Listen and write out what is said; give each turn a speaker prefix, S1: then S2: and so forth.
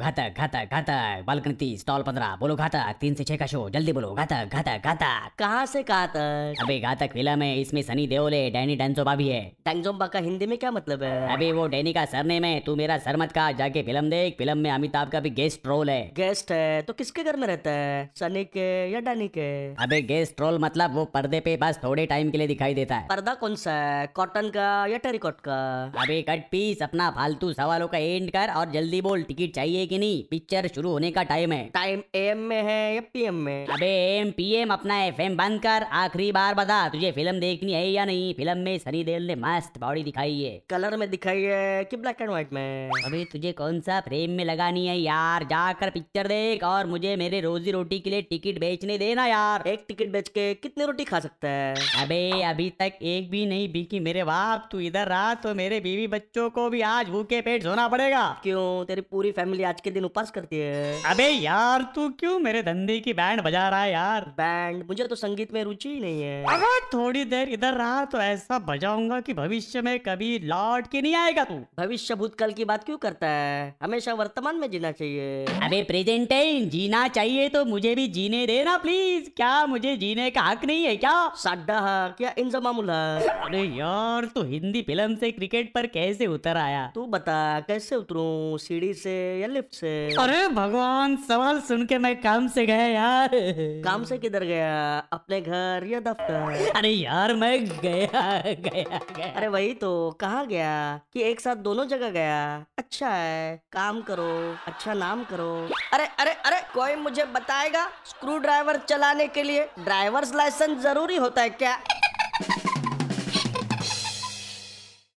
S1: घातक घातक घातक बालकनी तीस स्टॉल पंद्रह बोलो घातक तीन से छह का शो जल्दी बोलो घातक घातक घातक
S2: कहाँ से कहा तक
S1: अबे घातक फिल्म है इसमें सनी देओले डैनी डेंसोबा भी है
S2: टैंगजोम्बा का हिंदी में क्या मतलब है
S1: अबे वो डैनी का सरनेम है तू मेरा सर मत का जाके फिल्म देख फिल्म में अमिताभ का भी गेस्ट रोल है
S2: गेस्ट है तो किसके घर में रहता है सनी के या डैनी के
S1: अबे गेस्ट रोल मतलब वो पर्दे पे बस थोड़े टाइम के लिए दिखाई देता है
S2: पर्दा कौन सा है कॉटन का या टेरिकॉट का
S1: अबे कट पीस अपना फालतू सवालों का एंड कर और जल्दी बोल टिकट चाहिए कि नहीं पिक्चर शुरू होने का टाइम है
S2: टाइम एम में है या पीएम में
S1: अबे एम पी एम अपना एफ एम बंद कर आखिरी बार बता तुझे फिल्म देखनी है या नहीं फिल्म में सनी देओल ने मस्त बॉडी दिखाई है
S2: कलर में दिखाई है कि ब्लैक एंड व्हाइट में
S1: अबे तुझे कौन सा फ्रेम में लगानी है यार जाकर पिक्चर देख और मुझे मेरे रोजी रोटी के लिए टिकट बेचने देना यार
S2: एक टिकट बेच के कितनी रोटी खा सकता है
S1: अबे अभी तक एक भी नहीं बिकी मेरे बाप तू इधर रहा तो मेरे बीवी बच्चों को भी आज भूखे पेट सोना पड़ेगा
S2: क्यों तेरी पूरी फैमिली आज के दिन उपास करती है
S1: अबे यार तू क्यों मेरे धंधे की बैंड बजा रहा है यार
S2: बैंड मुझे तो संगीत में रुचि ही नहीं है
S1: अगर थोड़ी देर इधर रहा तो ऐसा बजाऊंगा कि भविष्य में कभी लौट के नहीं आएगा तू
S2: भविष्य भूतकाल की बात क्यों करता है हमेशा वर्तमान में जीना चाहिए
S1: अबे प्रेजेंट टाइम जीना चाहिए तो मुझे भी जीने देना प्लीज क्या मुझे जीने का हक नहीं है क्या
S2: साड्डा हक या इंजमामुल हक
S1: अरे यार तू हिंदी फिल्म से क्रिकेट पर कैसे उतर आया
S2: तू बता कैसे उतरूं सीढ़ी से या लिफ्ट से
S1: अरे भगवान सवाल सुन के मैं काम से गया यार
S2: काम से किधर गया अपने घर या दफ्तर
S1: अरे यार मैं गया गया गया
S2: अरे वही तो कहाँ गया कि एक साथ दोनों जगह गया अच्छा है काम करो अच्छा नाम करो अरे अरे अरे कोई मुझे बताएगा स्क्रू ड्राइवर चलाने के लिए ड्राइवर्स लाइसेंस जरूरी होता है क्या